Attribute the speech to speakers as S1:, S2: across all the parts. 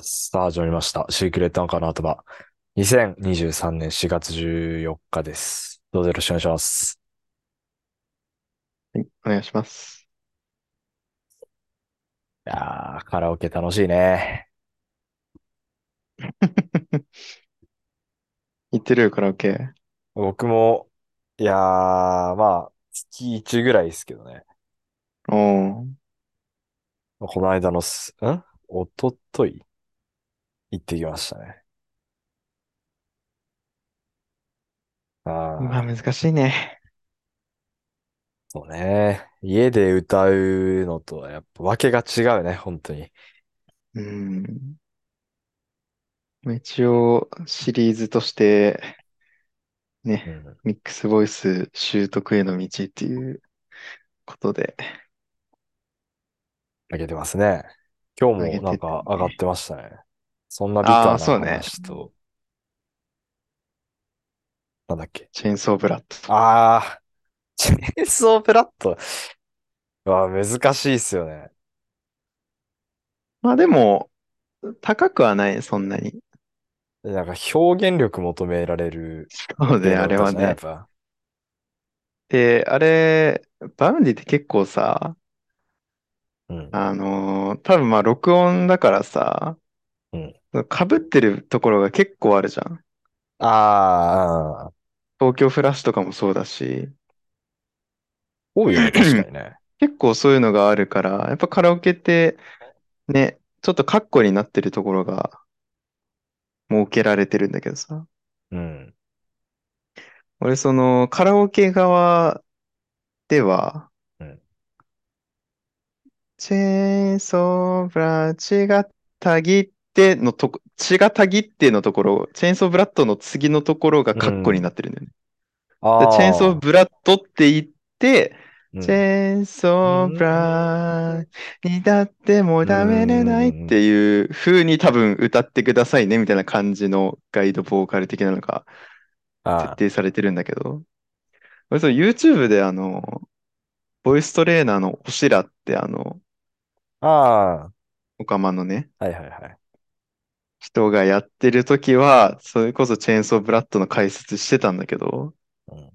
S1: さあ、始まりました。シークレットアンカーの後場。2023年4月14日です。どうぞよろしくお願いします。
S2: はい、お願いします。
S1: いやー、カラオケ楽しいね。
S2: 行ってるカラオケ。
S1: 僕も、いやー、まあ、月1ぐらいですけどね。
S2: おー、
S1: この間のす、んおととい行ってきましたね。あー
S2: まあ難しいね。
S1: そうね。家で歌うのとはやっぱわけが違うね、本当に。
S2: うん。一応、シリーズとして、
S1: う
S2: ね、
S1: ん
S2: ミックスボイス習得への道っていうことで。
S1: 上げてますね。今日
S2: 上げて
S1: も
S2: た
S1: なんか上がってましたね。そんなビター
S2: あ
S1: な
S2: ーそうね
S1: 話と、なんだっけ。
S2: チェーンソーブラッド。
S1: あー、チェーンソーブラッド。は難しいっすよね。
S2: まあでも、高くはない、そんなに。
S1: でなんか表現力求められる
S2: そうね、あれは
S1: 芸能人。
S2: ね
S1: だよやっぱ
S2: で、あれ、バウンディって結構さ、
S1: うん。
S2: あのー多分まあ録音だからさ、
S1: うん
S2: 被ってるところが結構あるじゃん。
S1: あー、
S2: 東京フラッシュとかもそうだし、
S1: 多いよね、確かにね。
S2: 結構そういうのがあるから、やっぱカラオケってね、ちょっとカッコになってるところが設けられてるんだけどさ。
S1: うん。
S2: 俺そのカラオケ側では
S1: うん、
S2: チェーンソーブラ血がたぎってのとこ、血がたぎってのところ、チェーンソーブラッドの次のところがカッコになってるんだよね。
S1: あ
S2: でチェーンソー
S1: ー、
S2: ブラッドって言って、
S1: うん
S2: チェーンソーブラーにだってもうダメれないっていう風に多分歌ってくださいねみたいな感じのガイドボーカル的なのが
S1: あ
S2: 設定されてるんだけど、俺そう YouTube であの、ボイストレーナーのオシラってあの、
S1: ー、あ
S2: オカマのね、
S1: ー、はいはいはい。
S2: 人がやってる時は、それこそチェーンソーブラッドの解説してたんだけど
S1: うん、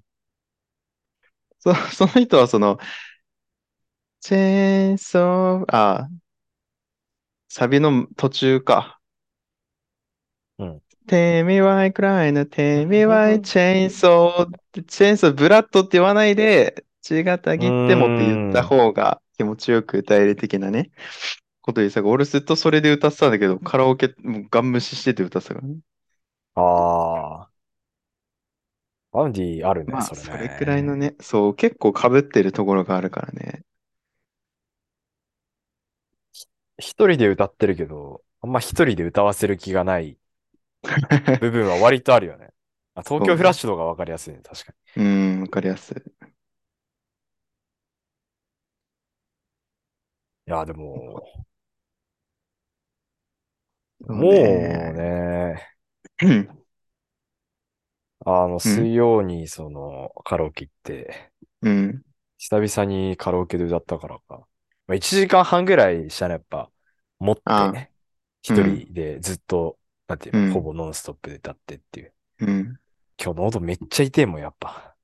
S2: そ、 その人はその、チェーンソー、あ、サビの途中か
S1: うん。
S2: てみわいくらいのてみわ
S1: うん
S2: いチェーンソーって、チェーンソーブラッドって言わないで、血がたぎってもって言った方が気持ちよく歌える的なね、ことでさ、俺ずっとそれで歌ってたんだけど、カラオケもうガン無視してて歌ってたからね。
S1: ああ。バウンディあるね、
S2: まあ、
S1: それ
S2: そ
S1: ね。
S2: れくらいのね、そう、結構被ってるところがあるか らね。
S1: 一人で歌ってるけど、あんま一人で歌わせる気がない部分は割とある よね。あ、東京フラッシュの方がわかりやすいね、確かに。
S2: うん、わかりやすい。
S1: いや、でも、
S2: そう
S1: もう
S2: ね
S1: ね、
S2: うん
S1: あの、水曜にその、カラオケ行って、
S2: うん。
S1: 久々にカラオケで歌ったからか。まあ、1時間半ぐらいしたね、やっぱ、持って
S2: あ、
S1: 一人でずっと、なんていう
S2: う
S1: の、
S2: ん
S1: ほぼノンストップで歌ってっていう。
S2: うん。
S1: 今日喉めっちゃ痛いもん、やっぱ。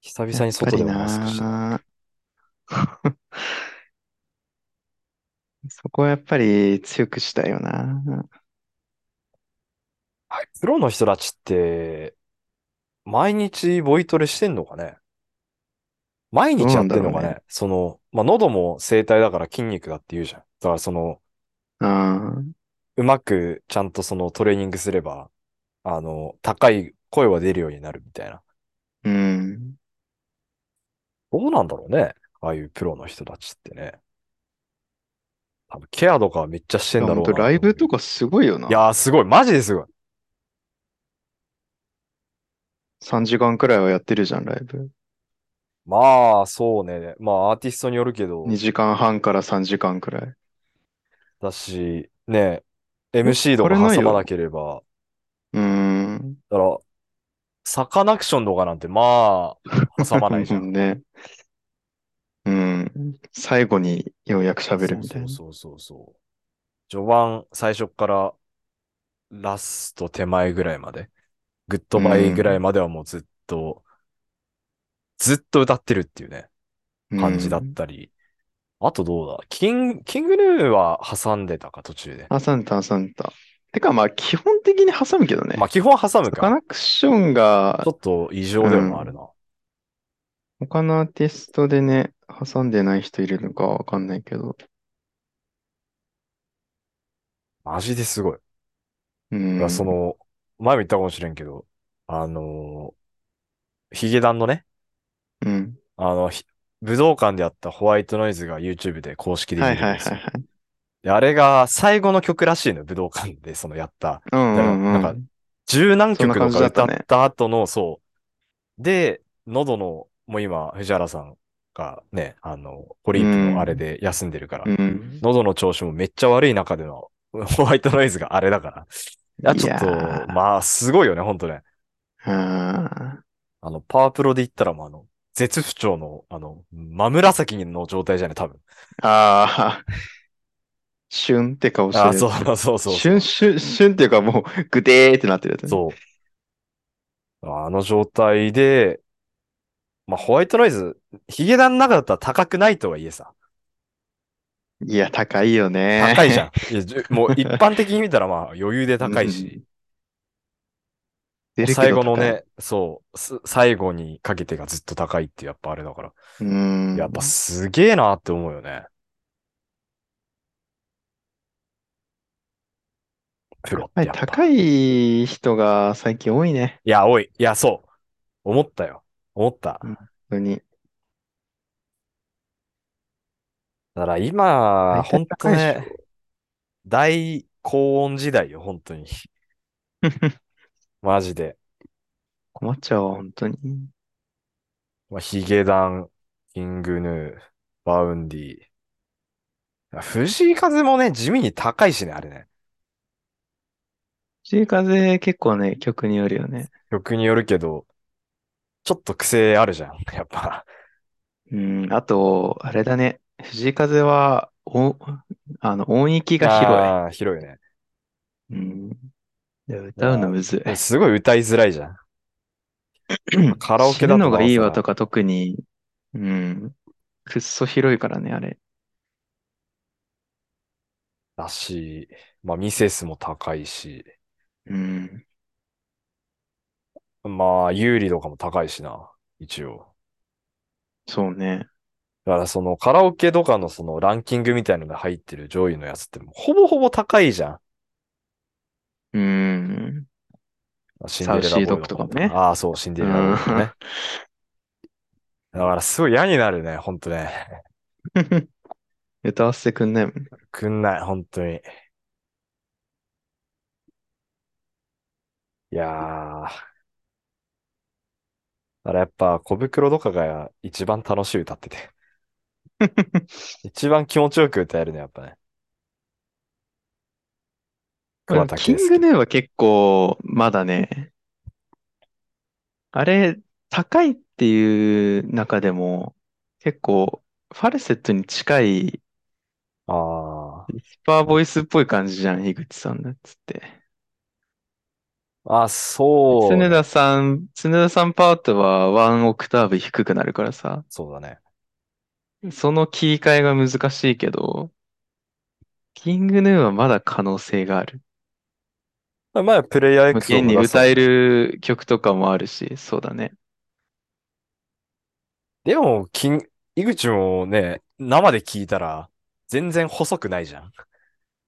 S1: 久々に外でもマス クしてた。
S2: やっぱりなぁ そこはやっぱり強くしたいよな。
S1: はいプロの人たちって、毎日ボイトレしてんのかね毎日やってんの
S2: どうなん
S1: か
S2: だろう
S1: ねその、まあ、喉も声帯だから筋肉だって言うじゃん。だからその、
S2: あ
S1: うまくちゃんとそのトレーニングすれば、あの、高い声は出るようになるみたいな。
S2: ーうん。
S1: どうなんだろうねああいうプロの人たちってね。多分ケアとかはめっちゃしてんだろうな
S2: ほ
S1: んと
S2: と
S1: 思う。
S2: ライブとかすごいよ
S1: い
S2: な。
S1: やーすごい。マジですごい。
S2: 3時間くらいはやってるじゃん、ライブ。
S1: まあ、そうね。まあ、アーティストによるけど。
S2: 2時間半から3時間くらい。
S1: だし、ね、MC とか
S2: これない
S1: 挟
S2: よ
S1: まなければ、
S2: うーん。
S1: だから、サ カナクションとかなんてまあ、挟まないじゃん。
S2: ね。うん。最後にようやく喋るみたいな。
S1: そうそうそうそう。序盤、最初から、ラスト手前ぐらいまで、グッドバイぐらいまではもうずっと、ずっと歌ってるっていうね、感じだったり。あとどうだキン、キングヌーは挟んでたか、途中で。
S2: うん。挟んだ、挟んだ。てかまあ、基本的に挟むけどね。
S1: まあ、基本挟む
S2: サカ
S1: か。
S2: ナクションが
S1: ちょっと異常でもあるな。
S2: 他のアーティストでね、挟んでない人いるのかわかんないけど。
S1: マジですごい。
S2: うん。
S1: その、前も言ったかもしれんけど、あのーヒゲダンのね、
S2: うん。
S1: あの、ひ武道館であったホワイトノイズが YouTube で公式で見
S2: は
S1: れ
S2: い
S1: る
S2: は
S1: ん
S2: い
S1: です
S2: はい
S1: よ。
S2: はい。
S1: で、あれが最後の曲らしいの、武道館でそのやった。
S2: う
S1: だ
S2: ん
S1: から
S2: うん
S1: なん
S2: う
S1: か
S2: ん。
S1: 十何曲
S2: そんな感
S1: と
S2: じ
S1: か
S2: だっ
S1: 歌
S2: た
S1: っ
S2: ね
S1: た後の、そう。で、喉の、もう今、藤原さんがね、あの、ポリープのあれで休んでるから、
S2: うん。
S1: 喉の調子もめっちゃ悪い中での ホワイトノイズがあれだから。いや、ちょっと、
S2: いやー
S1: まあ、すごいよね、ほんとね。
S2: あ
S1: あの、パワープロで言ったらもうあの、絶不調の、あの、真紫の状態じゃない、多分。
S2: あ。ああ。 旬って顔して
S1: あ、
S2: る
S1: そう
S2: やつ。
S1: そう そうそう。
S2: 旬、旬、旬っていうかもう、ぐでーってなってるやつね。
S1: そう。あの状態で、まあ、ホワイトノイズ、ヒゲダンの中だったら高くないとはいえさ、
S2: いや、高いよね。
S1: 高いじゃん。いやじゅもう一般的に見たらまあ余裕で高いし、
S2: 出るけど
S1: 最後の
S2: 高い。
S1: ね、そう、す最後にかけてがずっと高いってやっぱあれだから、
S2: うん。
S1: やっぱすげえなって思うよね。プロってやっぱ。
S2: 高い人が最近多いね。
S1: いや、おい。いや、そう。思ったよ。思った。
S2: うん本当 に。
S1: だから今、
S2: 大
S1: 本
S2: 体
S1: 当
S2: 高いでしょ
S1: ね、大高音時代よ、本当に。マジで。
S2: 困っちゃうわ、本当に。
S1: まあ、ヒゲダン、キングヌー、バウンディ。あ藤井風もね、地味に高いしね、あれね。
S2: 藤井風結構ね、曲によるよね。
S1: 曲によるけど、ちょっと癖あるじゃん、やっぱ。
S2: うん、あと、あれだね。藤井風は、お、あの、音域が広
S1: あー広いね。
S2: い。うん。で歌うのむずい。
S1: すごい歌いづらいじゃん。カラオケだと
S2: 死ぬのがいいわ
S1: なおさら
S2: とか特に、うん。くっそ広いからね、あれ。
S1: だし、まあ、ミセスも高いし、
S2: うん。
S1: まあ、有利とかも高いしな、一応。
S2: そうね。
S1: だからそのカラオケとかのそのランキングみたいなのが入ってる上位のやつってほぼほぼ高いじゃん。
S2: うん。
S1: シンデレラボーイ
S2: サウシードッグとかもね
S1: ああ、そう、シンデレラボーイとかね。だからすごい嫌になるね、ほんとね。
S2: 歌わせてくんないもん。
S1: くんない、ほんとに。いやー。だからやっぱ小袋とかが一番楽しい歌って て。一番気持ちよく歌えるね、やっぱね。桑田佳
S2: キン
S1: 祐
S2: グヌーは結構、まだね、あれ、高いっていう中でも、結構、ファルセットに近い、
S1: ああ。
S2: ヒパーボイスっぽい感じじゃん、樋口さんだっつって。
S1: あ、そう
S2: 常
S1: ね、
S2: 田さん、常田さんパートはワンオクターブ低くなるからさ、
S1: そうだね。
S2: その切り替えが難しいけど、キングヌーはまだ可能性がある。
S1: 前はプレイヤー
S2: 無
S1: X を
S2: 限
S1: 目
S2: に
S1: 指す
S2: 歌える曲とかもあるし、そうだね。
S1: でも、金、井口もね、生で聞いたら、全然細くないじゃん。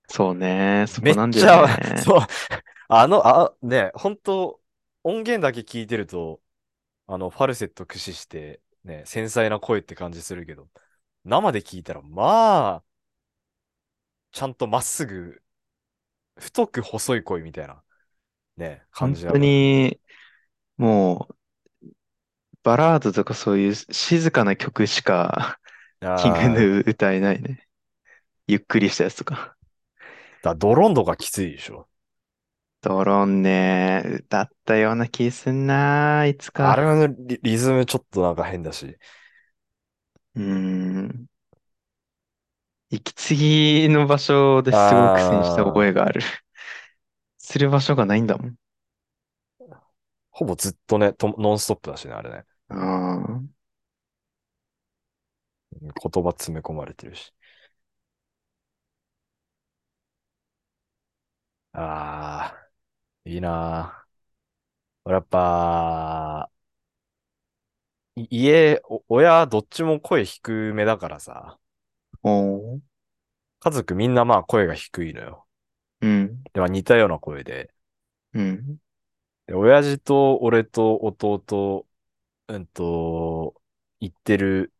S2: そうね、そ
S1: め
S2: こ
S1: っ
S2: なんだ
S1: ちゃ、
S2: よね。
S1: そう、あの、あ、ね、本当音源だけ聞いてると、あの、ファルセット駆使して、ね、繊細な声って感じするけど、生で聞いたら、まあ、ちゃんとまっすぐ、太く細い声みたいな、ね、感じだ
S2: 本
S1: から。
S2: 当に、もう、バラードとかそういう静かな曲しか、キング
S1: あー
S2: ヌー歌えないね。ゆっくりしたやつとか。
S1: だドロンドがきついでしょ。
S2: ドロンね、歌ったような気すんな、いつ
S1: あれ
S2: か。
S1: のリ、リズムちょっとなんか変だし。
S2: うーん。次の場所ですごい苦戦した覚えがある。する場所がないんだもん。
S1: ほぼずっとね、とノンストップだしね、あれね。
S2: ああ。
S1: 言葉詰め込まれてるし。ああ、いいなー。俺やっぱ、い家、お親、どっちも声低めだからさ、
S2: おー
S1: 家族みんなまあ声が低いのよ。
S2: うん。
S1: でまあ似たような声で。
S2: うん。
S1: で、親父と俺と弟、うんと、行ってる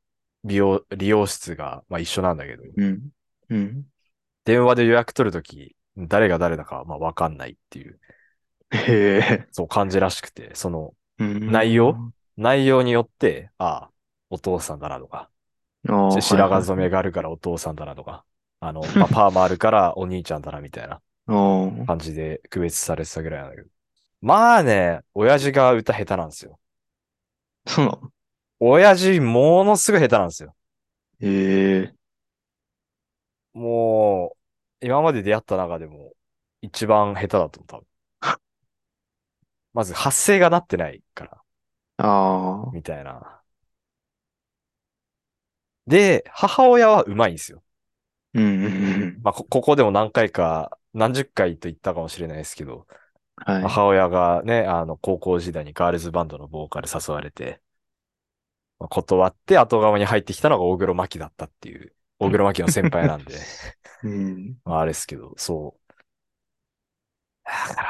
S1: 美容、理容室が、まあ、一緒なんだけど、
S2: うん。うん。
S1: 電話で予約取るとき、誰が誰だか、まあ、わかんないっていう、
S2: へえ。
S1: そう感じらしくて、その
S2: うん
S1: 内容内容によって、ああ、お父さんだなとか、
S2: ああ、
S1: 白髪
S2: はい
S1: 染めがあるからお父さんだなとか、あの、 まあ、パーマあるからお兄ちゃんだなみたいな
S2: はいおー
S1: 感じで区別されてたぐらいなんだけど。まあね、親父が歌下手なんですよ。
S2: そうなの
S1: 親父、ものすごい下手なんですよ。
S2: へえ。
S1: もう、今まで出会った中でも、一番下手だと思う、多 分。まず発声がなってないから、
S2: ああ。
S1: みたいな。で、母親は上手いんですよ。
S2: うんうんうん。
S1: まあ、こ、ここでも何回か、何十回と言ったかもしれないですけど、
S2: は
S1: 母親がね、あの、高校時代にガールズバンドのボーカル誘われて、まあ断って後側に入ってきたのが大黒摩季だったっていう、大黒摩季の先輩なんで。
S2: い。うん。
S1: まあ、あれですけど、そう。だか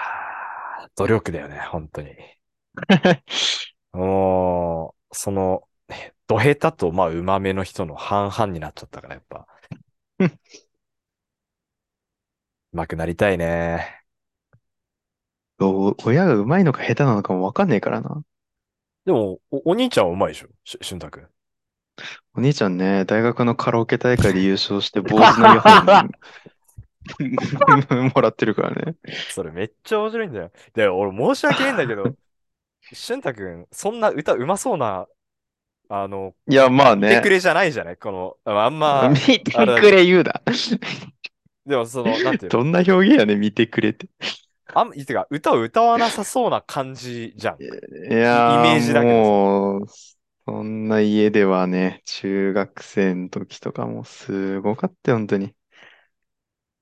S1: ら、努力だよね、本当に。もう、その、へド下手と、まあ、うまめの人の半々になっちゃったから、やっぱ。
S2: うん
S1: うまくなりたいね。
S2: お親がうまいのか下手なのかもわかんねえからな。
S1: でも、お、お兄ちゃんはうまいでしょし、しゅんたくん。
S2: お兄ちゃんね、大学のカラオケ大会で優勝して坊主のイヤホン もらってるからね。
S1: それめっちゃ面白いんだよ。で、俺申し訳ないんだ けど、しゅんたくん、そんな歌うまそうな、あの、
S2: いや、まあ
S1: 見て
S2: ね
S1: く。れじゃないじゃないこの、ああん ま、
S2: 見てくれ言うな。
S1: でもその、なんていうの
S2: どんな表現やね、見てくれって。
S1: あん、いてか、歌を歌わなさそうな感じじゃん。
S2: いや
S1: イメージだけどさ
S2: もう、そんな家ではね、中学生の時とかもすごかったよ、本当に。
S1: い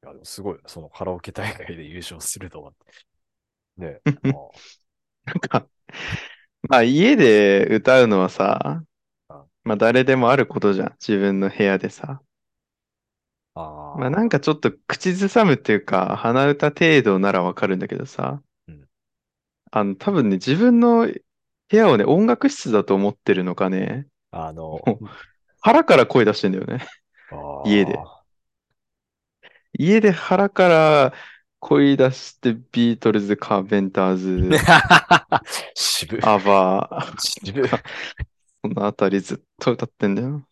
S1: やでもすごい、そのカラオケ大会で優勝するとは。ねえま
S2: なんか、まあ家で歌うのはさ、まあ誰でもあることじゃん、自分の部屋でさ。
S1: ああー
S2: まあなんかちょっと口ずさむっていうか、鼻歌程度ならわかるんだけどさ
S1: うん、
S2: あの、多分ね、自分の部屋をね、音楽室だと思ってるのかね、
S1: あの、
S2: 腹から声出してんだよね。
S1: あー
S2: 家で家で腹から声出してビートルズ、カーペンター ズ、
S1: 渋い。
S2: アバー、
S1: 渋い。
S2: そのあたりずっと歌ってんだよ。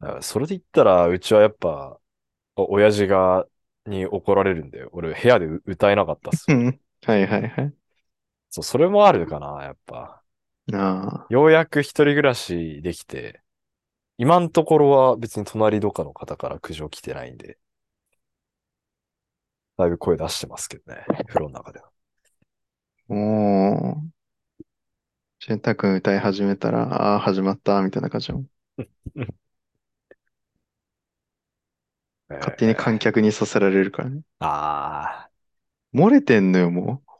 S1: あそれで言ったら、うちはやっぱ、お親父が、に怒られるんで、俺部屋でう歌えなかったっす
S2: う
S1: よ。
S2: ん。はいはいはい。
S1: そう、それもあるかな、やっぱ。
S2: なあ。
S1: ようやく一人暮らしできて、今のところは別に隣とかの方から苦情来てないんで、だいぶ声出してますけどね、風呂の中では。
S2: おー。俊太君歌い始めたら、ああー、始まった、みたいな感じだもん勝手に
S1: えー
S2: 観客にさせられるからね。
S1: あ
S2: 漏れてんのよ、もう。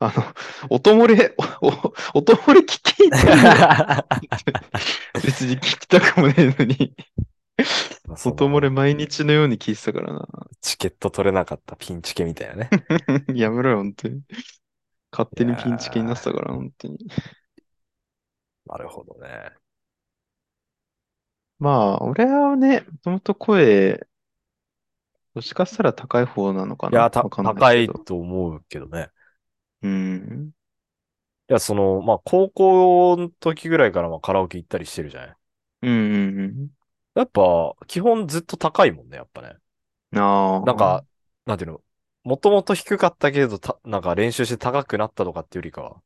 S2: あの、音漏れ、お、お音漏れ聞き入ってん のよ 別に聞きたくもねえのに。
S1: あ。その
S2: 音漏れ毎日のように聞いてたから
S1: チケット取れなかったピンチケみたいな ね。
S2: な。やめろよ、本当に。勝手にピンチ気になってたから、本当に。
S1: なるほどね。
S2: まあ、俺はね、もともと声、どっちかしたら高い方なのか
S1: いや、
S2: な。
S1: た
S2: わかん
S1: 高
S2: ない
S1: い
S2: けど。
S1: と思うけどね。
S2: うん。
S1: いや、その、まあ、高校の時ぐらいからまあカラオケ行ったりしてるじゃない。
S2: うんうんうん。
S1: やっぱ、基本ずっと高いもんね、やっぱね。
S2: ああ。
S1: なんか、なんていうの、もともと低かったけど、た、なんか練習して高くなったとかっていうよりかは、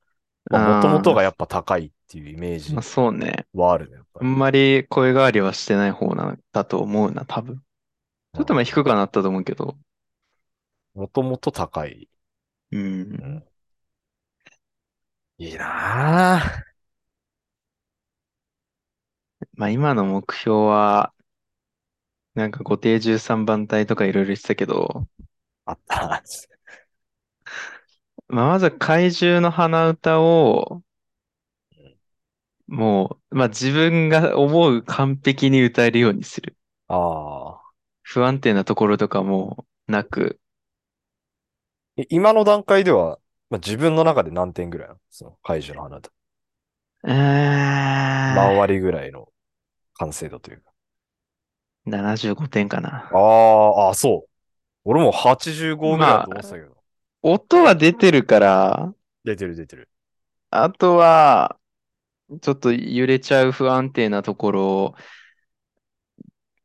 S1: まあ、
S2: あ
S1: も
S2: ー
S1: ともとがやっぱ高いっていうイメージ
S2: まあ、そうね。
S1: はあるね、やっぱ
S2: あ
S1: り。
S2: んまり声変わりはしてない方なんだと思うな、多分。ちょっとまあ低くはなったと思うけど。
S1: もともと高い。
S2: う。
S1: うんんいいなぁ。
S2: まあ今の目標は、なんか後定13番隊とかいろいろ言ってたけど、
S1: あったな。
S2: まあまずは怪獣の鼻歌を、もう、まあ自分が思う完璧に歌えるようにする。
S1: ああ。
S2: 不安定なところとかもなく、
S1: え今の段階では、まあ、自分の中で何点ぐらいなのその怪獣の花と。
S2: うーん
S1: 何割ぐらいの完成度というか。
S2: 75点かな。
S1: ああ、あそう。俺も85ぐらいだと思ってたけど。
S2: 音は出てるから、
S1: 出てる出てる。
S2: あとは、ちょっと揺れちゃう不安定なところを、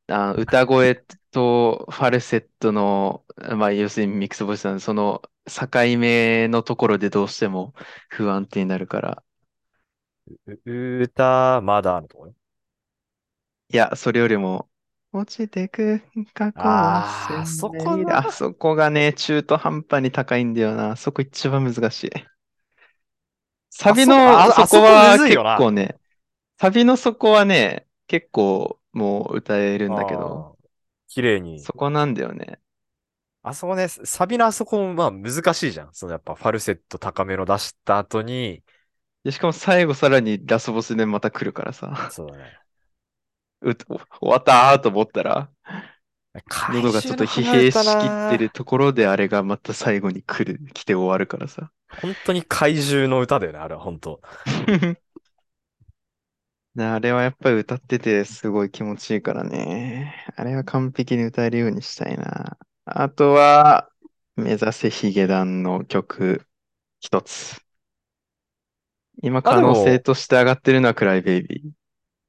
S2: あ、歌声とファルセットの、まあ、要するにミックスボイスなんで、その境目のところでどうしても不安定になるから。
S1: う、歌、まだのとこね。
S2: いや、それよりも、落ちてく過去は
S1: あー
S2: 鮮明
S1: そこ
S2: に
S1: な
S2: あそこがね、中途半端に高いんだよな。そこ一番難しい。サビの
S1: あそこあ
S2: そこ
S1: あ
S2: は
S1: そこむずいよな
S2: 結構ね、サビのそこはね、結構もう歌えるんだけ
S1: あ
S2: ど、
S1: ー。綺麗に。
S2: そこなんだよね。
S1: あそこね、サビのあそこもまあ難しいじゃん。そのやっぱファルセット高めの出した後に、
S2: でしかも最後さらにラスボスでまた来るからさ、
S1: そうだね。
S2: う終わったーと思ったら、喉がちょっと疲
S1: 怪
S2: 弊しきっ
S1: 獣の鼻
S2: て
S1: 歌な
S2: るところであれがまた最後に来る、来て終わるからさ。
S1: 本当に怪獣の歌だよね、あれは本当。
S2: な あれはやっぱり歌っててすごい気持ちいいからね。あれは完璧に歌えるようにしたいな。あとは、目指せヒゲダンの曲一つ。今可能性として上がってるのはクライベイビー。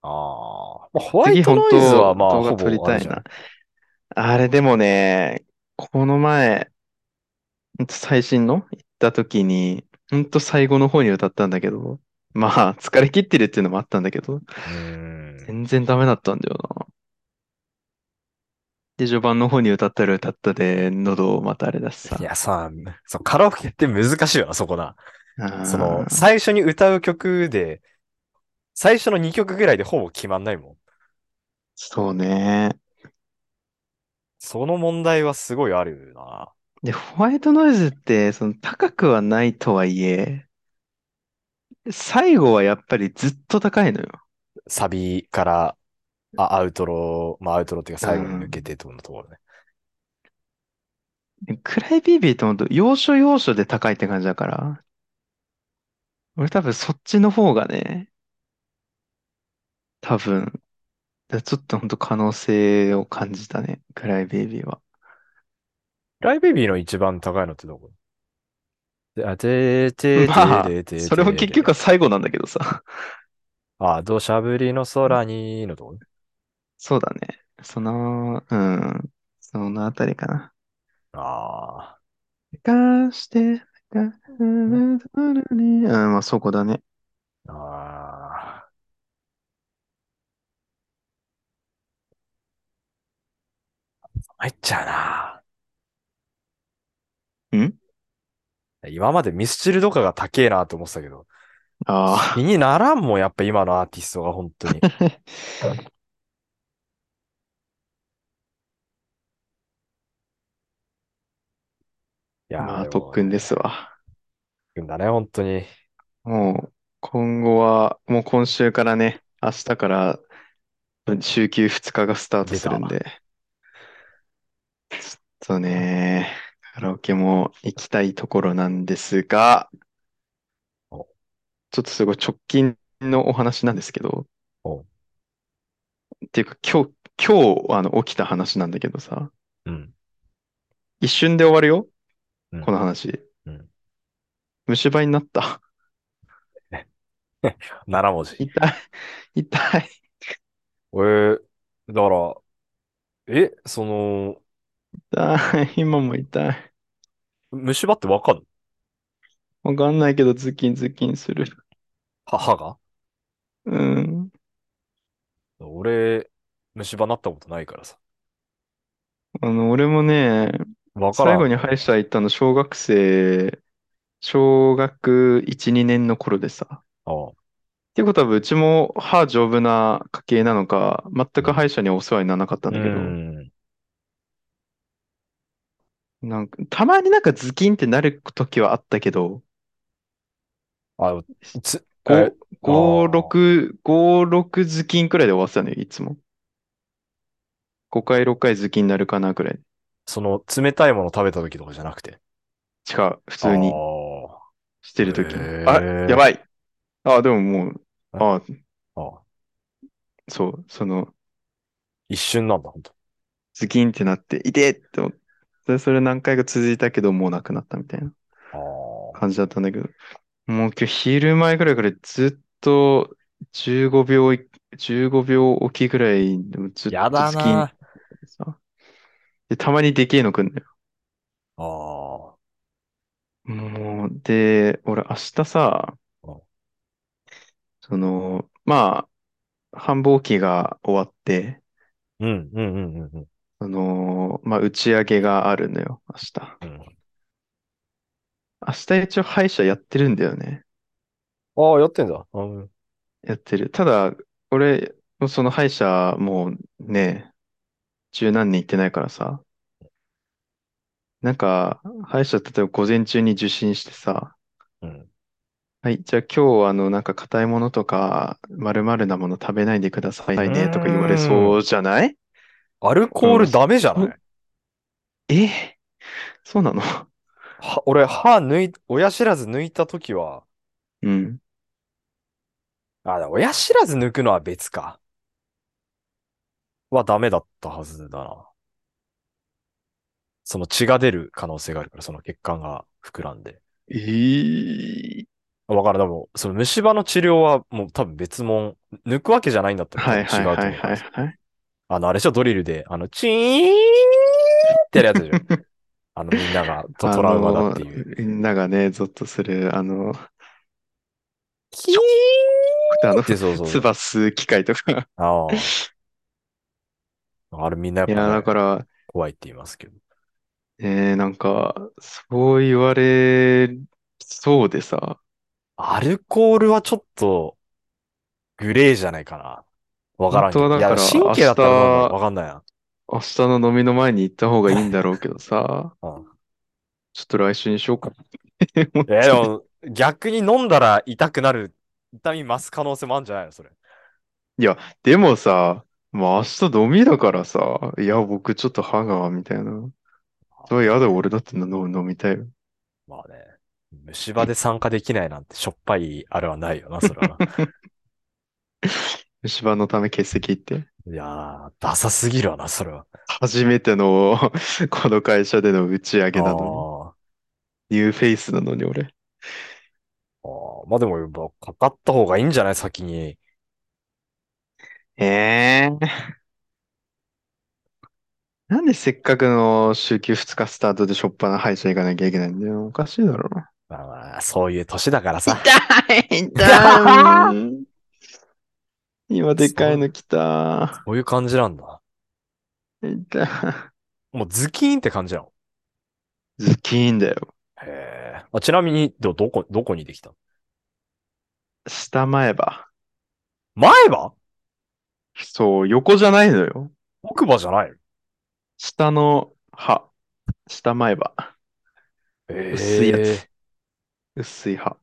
S1: ああ。まあ、ホワイ
S2: 次
S1: ト
S2: 本
S1: ノイ
S2: 当
S1: ズはまあ、
S2: 動画
S1: ほぼ
S2: 撮り
S1: あ
S2: た
S1: れ
S2: い
S1: じゃん
S2: な。。あれでもね、この前、最新の行った時に、ほんと最後の方に歌ったんだけど、まあ疲れ切ってるっていうのもあったんだけど、
S1: うーん。
S2: 全然ダメだったんだよな。で、序盤の方に歌ったら歌ったで、喉をまたあれだしさ。
S1: いやさ、そうカラオケって難しいよな、そこな。
S2: あー
S1: その、最初に歌う曲で、最初の2曲ぐらいでほぼ決まんないもん。
S2: そうね。
S1: その問題はすごいあるよな。
S2: で、ホワイトノイズって、その高くはないとはいえ、最後はやっぱりずっと高いのよ。
S1: サビから、あ、アウトロ、まあアウトロっていうか最後に抜けてってことのところね。
S2: でクライビービーってほんと、要所要所で高いって感じだから、俺多分そっちの方がね、多分、だからちょっとほんと可能性を感じたね、クライビービーは。
S1: ライベビーの一番高いのってどこであ、てーてーて
S2: ま
S1: ー
S2: あ
S1: てーてーてーてー
S2: それも結局は最後なんだけどさ。
S1: あ、土砂降りの空にのとこね
S2: そうだね。その、うん。そのあたりかな。
S1: ああ。
S2: かして、かうん、まあそこだね。
S1: ああ。入っちゃうな。
S2: ん
S1: 今までミスチルとかが高えなと思ってたけど、
S2: あ
S1: 気にならんもん、やっぱ今のアーティストが本当 に。
S2: あ。
S1: いやー
S2: まあ
S1: でも
S2: 特訓ですわ。
S1: 特訓だね、本当に。
S2: もう、今後は、もう今週からね、明日から、週休2日がスタートするんで。ちょっとね、カラオケも行きたいところなんですが、ち
S1: お
S2: ょっとすごい直近のお話なんですけど、
S1: お
S2: っていうか今日、今日、あの、起きた話なんだけどさ、
S1: うん。
S2: 一瞬で終わるよ、
S1: うん
S2: この話
S1: うん。
S2: 虫歯になった。
S1: 7文字。
S2: 痛い、 痛い。
S1: 俺、だから、え、その、
S2: 痛い、今も痛い。
S1: 虫歯ってわかんの
S2: わかんないけど、ズキンズキンする。
S1: 母が
S2: うん。
S1: 俺、虫歯なったことないからさ。
S2: あの、俺もね、
S1: わから
S2: 最
S1: ん。
S2: 後に歯医者行ったの小学生、小学1、2年の頃でさ。
S1: ああ
S2: っていうことは、うちも歯丈夫な家系なのか、全
S1: う
S2: く
S1: ん
S2: 歯医者にはお世話にならなかったんだけど、
S1: うん。
S2: なんか、たまになんかズキンってなる時はあったけど、
S1: あ、つ、
S2: 5、
S1: あ
S2: 5、
S1: ー
S2: 6、5、6ズキンくらいで終わってたのよ、いつも。5回、6回ズキンになるかなくらい。
S1: その、冷たいもの食べた時とかじゃなくて。
S2: 違う、普通に
S1: あ
S2: してる時に。
S1: へ
S2: あ、
S1: ー
S2: やばい。あ、でももう、
S1: え
S2: あ、
S1: あああ
S2: そう、その、
S1: 一瞬なんだ、本当。
S2: ズキンってなって、痛えって思って、でそれ何回か続いたけど、もうなくなったみたいな
S1: ああ。
S2: 感じだったんだけど、もう今日昼前ぐらいからずっと15秒い、15秒おきぐらい、ずっ
S1: や
S2: と
S1: だ
S2: ズキンっ
S1: な。
S2: てさ。で、たまにでけえのくんだよ。
S1: ああ。
S2: もう、で、俺明日さ
S1: うん、
S2: その、まあ、繁忙期が終わって、
S1: うん、うん、うん、うんうん。
S2: その、まあ、打ち上げがあるのよ、明日。
S1: うん
S2: 明日一応歯医者やってるんだよね。
S1: ああ、やってんだ。うん。
S2: やってる。ただ、俺、その歯医者、もうね、十何年行ってないからさ、なんか、歯医者、例えば午前中に受診してさ、
S1: うん。
S2: はい、じゃあ今日、あの、なんか硬いものとか、丸々なもの食べないでくださいね、とか言われそうじゃない
S1: アルコールダメじゃない、
S2: えそうなの
S1: は俺、歯抜い、親知らず抜いた時は、
S2: うん。
S1: あ、でも親知らず抜くのは別か。はダメだったはずだな。その血が出る可能性があるから、その血管が膨らんで。
S2: ええ
S1: わからん、多分、その虫歯の治療はもう多分別物、抜くわけじゃないんだったら
S2: はい
S1: 多分違うと思う
S2: はいはいはいはい。
S1: あの、あれでしょ、ドリルで、あの、チーンってやるやつでしょ。 あの、みんながトトラウマだっていう。
S2: あのみんながね、ゾッとする、あの、
S1: キーン
S2: あの
S1: っ、てそうそうそう。
S2: 唾吸う機械と か。
S1: あ あ。あれみんなやっ
S2: い
S1: ぱ
S2: や、
S1: ね、
S2: だから、
S1: 怖いって言いますけど。
S2: えー、なんか、そう言われそうでさ、
S1: アルコールはちょっと、グレーじゃないかな。わからんけど。
S2: 本当
S1: い
S2: だ
S1: や、
S2: から
S1: 神経だったら
S2: 明日
S1: わかんないな。
S2: 明日の飲みの前に行った方がいいんだろうけ どさ、
S1: うん
S2: ちょっと来週にしようか。
S1: えでも、逆に飲んだら痛くなる、痛み増す可能性もあるんじゃないのそれ。
S2: でもさ、もう明日飲みだからさ、いや、僕ちょっと歯が、みたいな。そう、やだ、俺だって飲飲みたいよ。
S1: まあね。虫歯で参加できないなんてしょっぱいあれはないよな、それ はな。
S2: 虫歯のため欠席って。
S1: いやー、ダサすぎるわな、それは。
S2: 初めての この会社での打ち上げなの
S1: あ
S2: に。ニューフェイスなのに俺。
S1: ーあーまあでも、やっぱかかった方がいいんじゃない先に。
S2: ええ。なんでせっかくの週休2日スタートでしょっぱな歯医者行かなきゃいけないんだよ。おかしいだろ。
S1: まあまあ、そういう年だからさ。
S2: 痛い痛い今でかいの来た。
S1: こういう感じなんだ。
S2: 痛い。
S1: もうズキーンって感じなの。
S2: ズキーンだよ。
S1: へえ。あ、ちなみに、ど、どこ、どこにできたの
S2: 下前歯。
S1: 前歯
S2: そう、横じゃないのよ。
S1: 奥歯じゃないの
S2: 下の歯。下前歯。薄いや
S1: へ
S2: つ
S1: え。
S2: 薄い歯。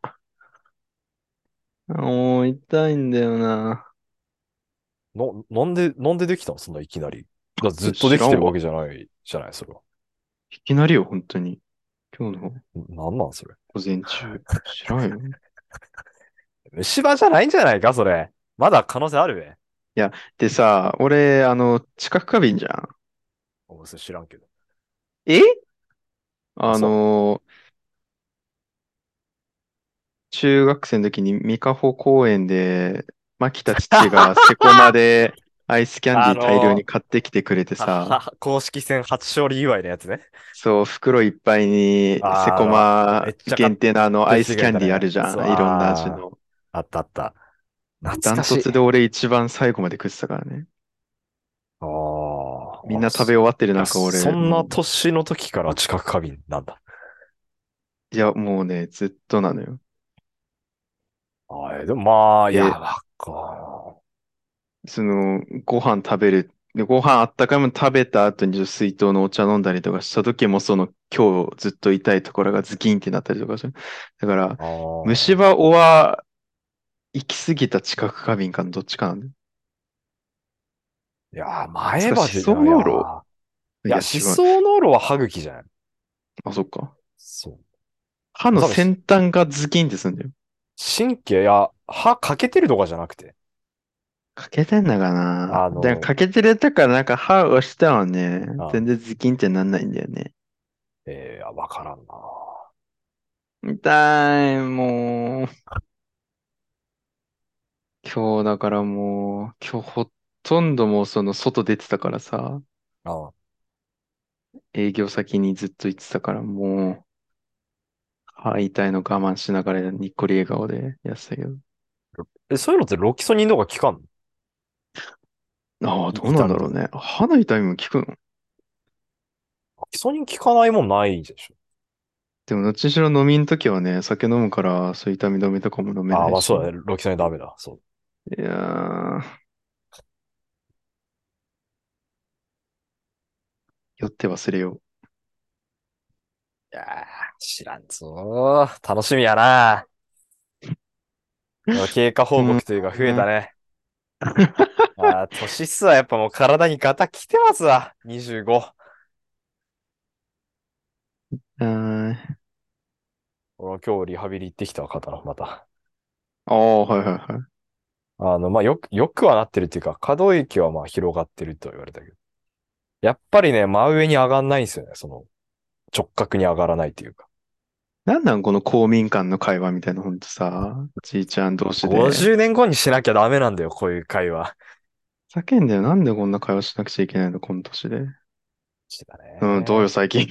S2: もう痛いんだよな。
S1: の、なんで、なんでできたのそんないきなり。だずっとできてるわけじゃない、じゃない、それは。
S2: いきなりよ、本当に。今日の
S1: なんなん、それ。
S2: 午前中。知らんよ。
S1: 虫歯じゃないんじゃないか、それ。まだ可能性あるべ。
S2: でさ、俺、あの、知覚過敏じゃん。
S1: おそれ知らんけど。
S2: えあ
S1: あそう
S2: の、中学生の時に三ヶ穂公園で、牧田父がセコマでアイスキャンディー大量に買ってきてくれて
S1: あ
S2: さ、
S1: は公式戦初勝利祝いのやつね。
S2: そう、袋いっぱいにセコ
S1: あー
S2: マ
S1: めっちゃ買っ
S2: 限定のあのアイスキャンディーあるじゃん。い
S1: そう
S2: ろんな味の。
S1: あったあった。
S2: ダ
S1: 懐
S2: ン
S1: かし
S2: ト
S1: い
S2: ツ。で俺一番最後まで食ってたからね。
S1: あー
S2: みんな食べ終わってる
S1: いや
S2: 中俺。
S1: そんな
S2: もう
S1: 年の時から知覚過敏なんだ。
S2: いや、もうね、ずっとなのよ。
S1: あーでもまあ、いや、
S2: え
S1: わか。
S2: その、ご飯食べる。で、ご飯あったかいもの食べた後に水筒のお茶飲んだりとかした時もその今日ずっと痛いところがズキンってなったりとかする。だから、
S1: あー
S2: 虫歯おは行き過ぎた知覚過敏かのどっちかなんだよ。
S1: いや、前歯で
S2: しそのうろ
S1: いや、
S2: いや、
S1: 歯
S2: 違う。
S1: 槽膿漏は歯茎じゃない。
S2: あ、そっか。
S1: そう。
S2: 歯の先端がズキンってすんだよ。
S1: 神経や歯欠けてるとかじゃなくて。
S2: 欠けてんだかな
S1: あの
S2: でも欠けてるとか、なんか歯をしたらね
S1: あ、
S2: 全然ズキンってなんないんだよね。
S1: えー、わからんな。
S2: 痛い、もう。今日だからもう、今日ほとんどもうその外出てたからさ、
S1: あ
S2: 営業先にずっと行ってたからもう、歯痛いの我慢しながらにっこり笑顔でやってたけど。
S1: え、そういうのってロキソニンとか効かんの
S2: ああ、どうなんだろうね。歯の痛みも効くの
S1: ロキソニン効かないもんないでしょ。
S2: でも、どっちにしろ飲みん時はね、酒飲むから、そういう痛み止めとかも飲め
S1: あ
S2: な
S1: あ、
S2: い
S1: まあ
S2: し。
S1: そうだね。ロキソニンダメだ。そう。
S2: いやー、酔って忘れよう。
S1: いやー、知らんぞー。楽しみやな。経過報告というか増えたね。 あー年っすわ。やっぱもう体にガタ来てますわ。25。
S2: あー
S1: 俺も今日リハビリ行ってきたわ、肩の、また。
S2: あー、はいはいはい。
S1: あの、まあ、よく、よくはなってるっていうか、可動域はまあ広がってるとは言われたけど。やっぱりね、真上に上がんないんですよね。その、直角に上がらないというか。
S2: なんなんこの公民館の会話みたいな、ほんとさ、じいちゃん同士で。
S1: 50年後にしなきゃダメなんだよ、こういう会話。
S2: 叫んだよ。なんでこんな会話しなくちゃいけないの、この年で。
S1: してたね。
S2: うん、どうよ、最近。い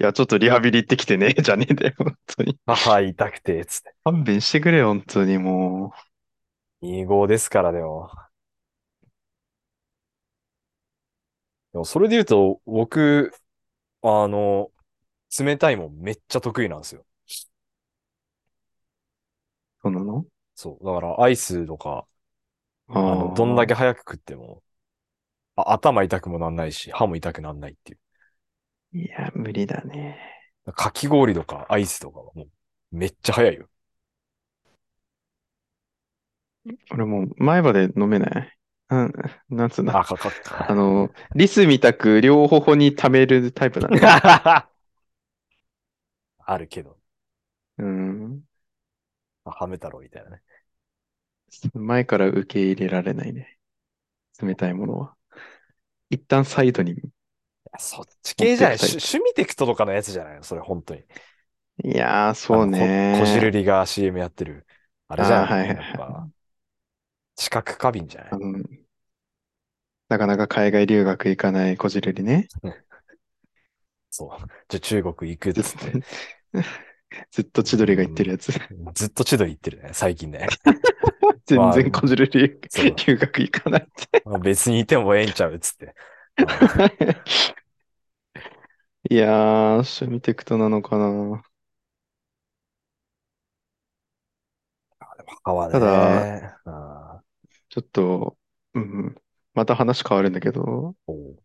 S2: や、ちょっとリハビリ行ってきてね、じゃねえんだよ、本当に。
S1: 母痛くて、つって。
S2: 勘弁してくれよ、本当にも
S1: 2号ですから、でも。でも、それで言うと、僕、あの、冷たいもんめっちゃ得意なんですよ。
S2: う。そうなの
S1: そう。だから、アイスとか、
S2: あ
S1: あの、どんだ
S2: け
S1: け早く食っても、あ頭痛くもなんないし、歯も痛くなんないっていう。
S2: いや、無理だね。
S1: かき氷とかアイスとかはもう、めっちゃ早いよ。
S2: 俺もう前歯で飲めない。うん、なんつうんだ。
S1: あ、かかった。
S2: あの、リスみたく両頬に溜めるタイプな のよ。
S1: あるけど、
S2: うん。
S1: あはめ太郎みたいなね。
S2: 前から受け入れられないね。冷たいものは。一旦サイドに。
S1: いやそっち系じゃない。
S2: 持って
S1: 趣
S2: く
S1: 趣味テクトとかのやつじゃないのそれ、本当に。
S2: いやー、そう
S1: あの
S2: ね。
S1: ここじるりが CM やってる。あれじゃ
S2: あー
S1: な
S2: はいい
S1: や
S2: は
S1: っ
S2: いはい
S1: ぱ、知覚過敏じゃない
S2: あのなかなか海外留学行かないこじる りね。
S1: そう。じゃあ中国行くっ
S2: ずっ
S1: つっ
S2: と
S1: て、
S2: ずっと千鳥が言ってるやつ。
S1: ずっと千鳥行ってるね、最近ね。
S2: 全然こじるり
S1: そう
S2: 留学行かないっ
S1: まあ別にいてもええんちゃうっつっ て。
S2: て。いやー、趣味テクトなのかな。
S1: あはね。
S2: ただ
S1: だ、
S2: ちょっと、うん、また話変わるんだけど、
S1: おう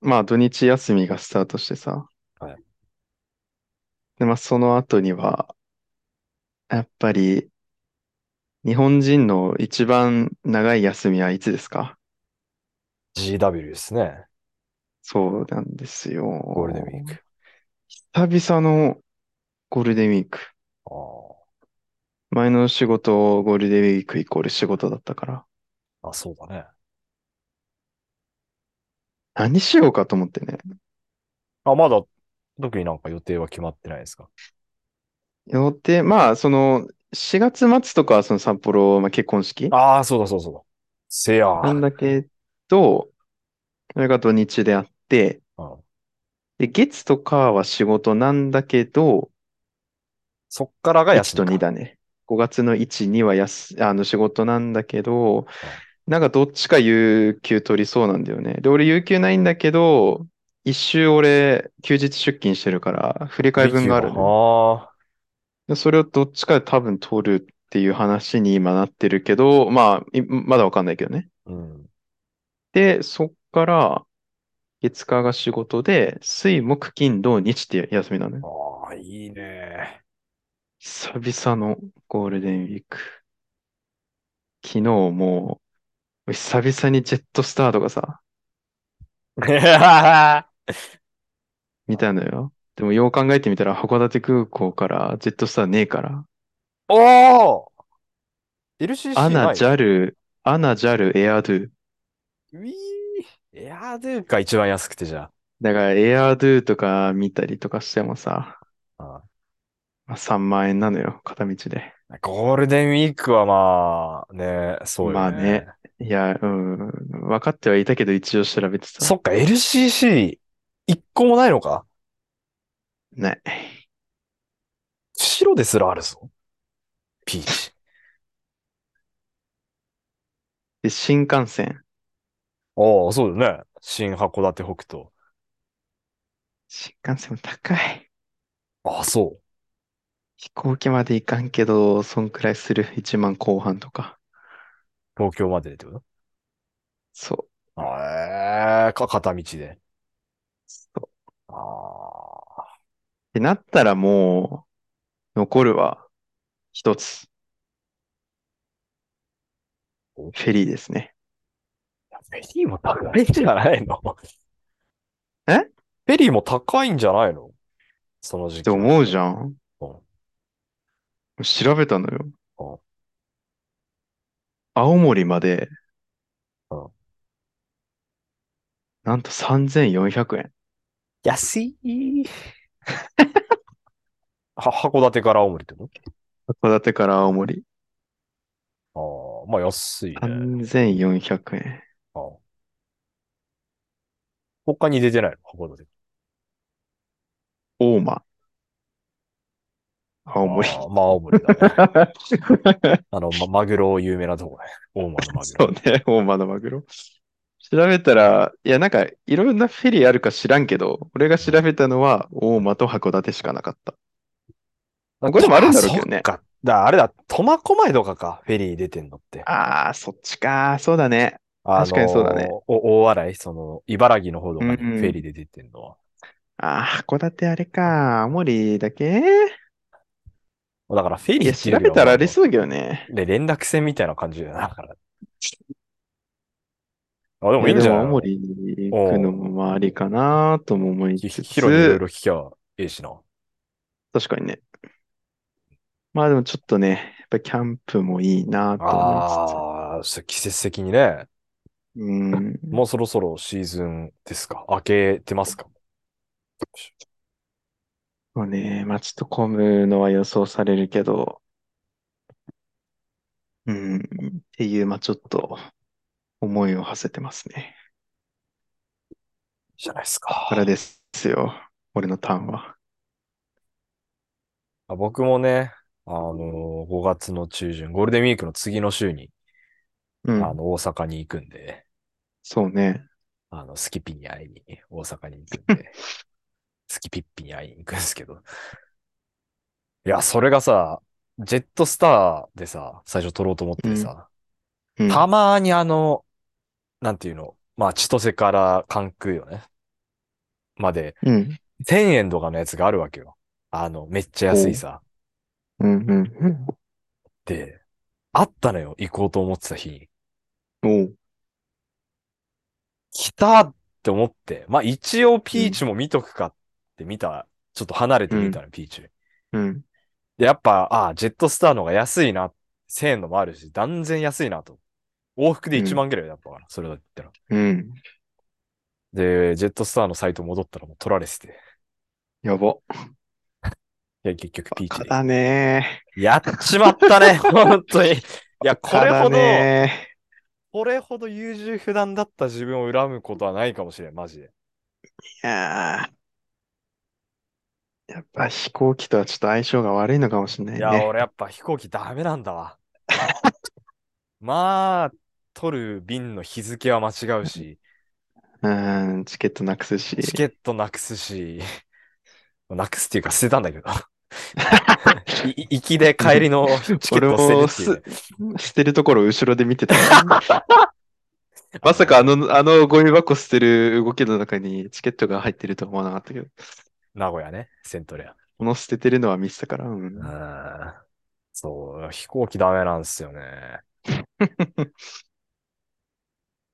S2: まあ土日休みがスタートしてさ、
S1: はい
S2: で、まあその後には、やっぱり、日本人の一番長い休みはいつですか
S1: GW ですね。
S2: そうなんですよ。
S1: ゴールデンウィーク。
S2: 久々のゴールデンウィーク。
S1: あ
S2: 前の仕事、ゴールデンウィークイコール仕事だったから、
S1: ーあ、そうだね。
S2: 何しようかと思ってね。
S1: あ、まだ、特になんか予定は決まってないですか。
S2: 予定、まあ、その、4月末とかはその札幌、まあ、結婚式
S1: ああ、そうだそうだそうだ。せや。
S2: なんだけど、それが土日であって、
S1: うん
S2: で、月と火は仕事なんだけど、
S1: そっからが
S2: 1
S1: 休
S2: と
S1: み
S2: 2
S1: か。
S2: だね。5月の1、2はやす、あの仕事なんだけど、なんかどっちか有給取りそうなんだよね。で、俺有給ないんだけど、一周俺休日出勤してるから、振り替え分があるのよ。
S1: ああ。
S2: でそれをどっちかで多分取るっていう話に今なってるけど、まあ、いまだわかんないけどね。
S1: うん。
S2: で、そっから、月火が仕事で、水木金土日って休みなのよ。
S1: ああ、いいね。
S2: 久々のゴールデンウィーク。昨日もう、久々にジェットスターとかさ、見たのよ。でもよう考えてみたら、函館空港からジェットスターねえから。
S1: おお !LCC
S2: アナ、
S1: ない。
S2: JAL、アナ、JAL、エアドゥ。
S1: ういー。エアードゥが一番安くてじゃ
S2: だからエアドゥとか見たりとかしてもさ、
S1: あ。
S2: まあ、3万円なのよ、片道で。
S1: うんゴールデンウィークはまあ、ね、そうよ
S2: まあね。いや、うん、分かってはいたけど、一応調べてた。
S1: そっか、LCC、一個もないのか
S2: ない。
S1: 白ですらあるぞ。ピーチ。
S2: で、新幹線。
S1: ああ、そうだよね。新函館北斗。
S2: 新幹線も高い。
S1: ああ、そう。
S2: 飛行機まで行かんけど、そんくらいする。1万後半とか。
S1: 東京までってこと
S2: そう。
S1: ええ、か、片道で。
S2: そう
S1: ああ。
S2: ってなったらもう、残るは、一つ。フ
S1: お
S2: ェリーですね。
S1: フェリーも高いんじゃないの
S2: え
S1: フェリーも高いんじゃないのその時
S2: っ
S1: 期。
S2: て思うじゃん。
S1: うん
S2: 調べたの
S1: うん
S2: よ。青森まで
S1: うん、
S2: なんと3400円。
S1: 安 い。は、函館から青森ってこ
S2: 函館から青森。
S1: とああ、まあ安いね。
S2: 3400円。
S1: ああ他に出てないの函館。
S2: 大間。青森。
S1: ああまあ青森だ ね。あの、ま、マグロ有名なとこね。大間のマグ
S2: そうね、大間のマグロ。調べたら、いや、なんか、いろんなフェリーあるか知らんけど、俺が調べたのは、大間と函館しかなかった。
S1: ロ。
S2: これもあるんだろうけどね
S1: あそっか。だからあれだ、苫小牧とかか、フェリー出てんのって。
S2: ああ、そっちか。そうだね。
S1: あのー
S2: 確かにそうだね
S1: お大洗、その、茨城の方とかに
S2: うんうん
S1: フェリーで出てんのは。
S2: ああ、函館あれか。青森だけ
S1: だからフェリ
S2: い
S1: ー
S2: や、
S1: って
S2: 調べたらあり
S1: うよ
S2: そうだけどね。
S1: りはもう。で、連絡船みたいな感じだよな。だからあ、でもいいんじゃな
S2: や
S1: い
S2: でも青
S1: の
S2: 森に行くのもまあありかなとも思い
S1: ひ
S2: つ
S1: ヒロにいろい
S2: つ、
S1: ろ聞きゃええしな。
S2: 確かにね。まあでもちょっとね、やっぱキャンプもいいなと思いつつ。
S1: ああ、そしたら季節的にね、
S2: うん。
S1: もうそろそろシーズンですか明けてますか
S2: そうね、まあちょっと混むのは予想されるけど、うん、っていう、まあちょっと思いを馳せてますね。
S1: じゃないですか。
S2: からですよ、俺のターンは。
S1: あ僕もね、あの5月の中旬、ゴールデンウィークの次の週に、
S2: う
S1: あ
S2: ん、
S1: の、大阪に行くんで、
S2: そうね。
S1: あの、スキピに会いに、大阪に行くんで、 スキピッピに会いに行くんですけど。いや、それがさ、ジェットスターでさ、最初撮ろうと思っててさ、
S2: うん、
S1: たまにあの、なんていうの、まあ、千歳から関空よね、まで、
S2: うん、
S1: 1000円とかのやつがあるわけよ。あの、めっちゃ安いさ。
S2: うん、うん、
S1: で、あったのよ、行こうと思ってた日に。
S2: うん。おう、
S1: 来たって思って、まあ、一応ピーチも見とくかって見た、ちょっと離れて見たの、ピーチ。
S2: うん、
S1: で、やっぱ、ああ、ジェットスターの方が安いな。1000円のもあるし、断然安いなと。往復で1万ぐらいだったから、それだったら。
S2: うん。
S1: で、ジェットスターのサイト戻ったらもう取られてて。
S2: やば。
S1: で、結局ピーチ
S2: か
S1: で。
S2: だね。
S1: やっちまったね、本当に。いや、これほ
S2: バカだ
S1: ど、
S2: ね。
S1: これほど優柔不断だった自分を恨むことはないかもしれん、マジで。
S2: やーやっぱ飛行機とはちょっと相性が悪いのかもしれないい
S1: や、
S2: ね。
S1: 俺やっぱ飛行機ダメなんだわ。まあ、取る便の日付は間違うし、
S2: うーん、チケットなくすし。
S1: チケットなくすし、 なくすっていうか捨てたんだ けど。いい行きで帰りのチケットを捨てるっていうね、
S2: 俺もす捨てるところを後ろで見 てた。まさかあの、あのゴミ箱捨てる動きの中にチケットが入ってるとは思わなかったけど、
S1: 名古屋ね、セントレア。
S2: この捨ててるのは見てたから、 うん
S1: う。ーんそう、飛行機ダメなんですよね。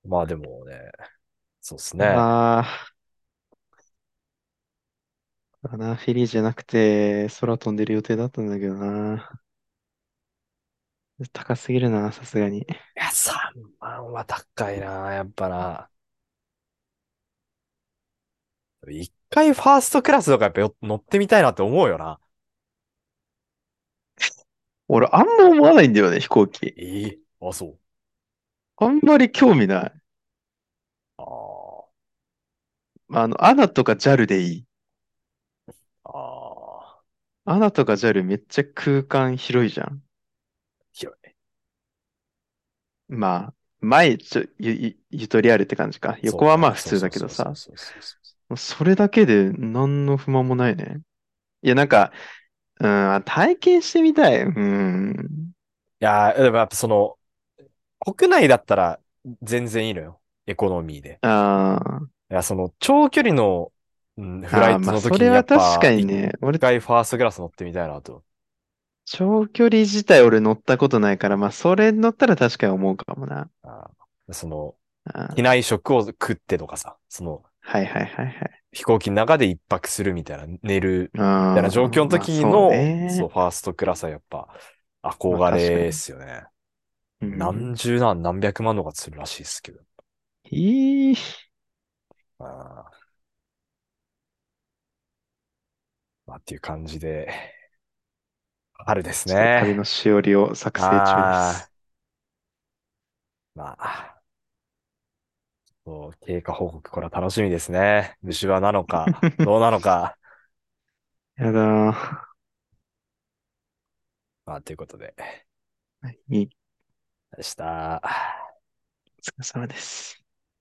S1: まあでもね、そうっすね。
S2: ああ。な、フェリーじゃなくて、空飛んでる予定だったんだけどな。高すぎるな、さすがに。
S1: いや、3万は高いな、やっぱな。一回ファーストクラスとかやっぱよ乗ってみたいなって思うよな。
S2: 俺、あんま思わないんだよね、飛行機。
S1: ええあ、そう。
S2: あんまり興味ない。
S1: あ
S2: あの、アナとか JAL でいい。
S1: あ、ああ、
S2: アナとか JAL めっちゃ空間広いじゃん。
S1: 広い。
S2: まあ、前、ちょ、ゆ、ゆ、ゆとりあるって感じか。横はまあ普通だけどさ。
S1: そうそうそうそうそう
S2: もうそれだけで何の不満もないね。いや、なんか、うん、体験してみたい。うん。
S1: いやー、でもやっぱその、国内だったら全然いいのよ。エコノミーで。
S2: あ
S1: いや、その、長距離の、うん、
S2: あ、
S1: フライ
S2: あー
S1: ト
S2: まあ、
S1: の
S2: そ
S1: 時に
S2: れは
S1: やっぱ
S2: 確かにね、俺
S1: 一、回ファーストクラス乗ってみたいなと。
S2: 長距離自体俺乗ったことないから、まあ、それ乗ったら確かに思うかもな。
S1: あーその、
S2: あ
S1: 機
S2: ー
S1: 内食を食ってとかさ、その、
S2: はいはいはいはい。
S1: 飛行機の中で一泊するみたいな、寝るみ
S2: あ
S1: たいな
S2: あ、
S1: 状況の
S2: まあ
S1: 時
S2: そう
S1: の、
S2: ね
S1: そう、ファーストクラスはやっぱ、憧れですよね。
S2: うん
S1: 何十何、何百万とかするらしいですけど。
S2: いい。
S1: あーまあ、っていう感じで、春です
S2: ちょっと旅
S1: ね。
S2: のしおりを作成中です。
S1: あーまあ、そう経過報告、これは楽しみですね。虫歯なの か、どうなのか。
S2: やだー。
S1: まあ、ということで、
S2: いい。
S1: でした。
S2: お疲れ様です。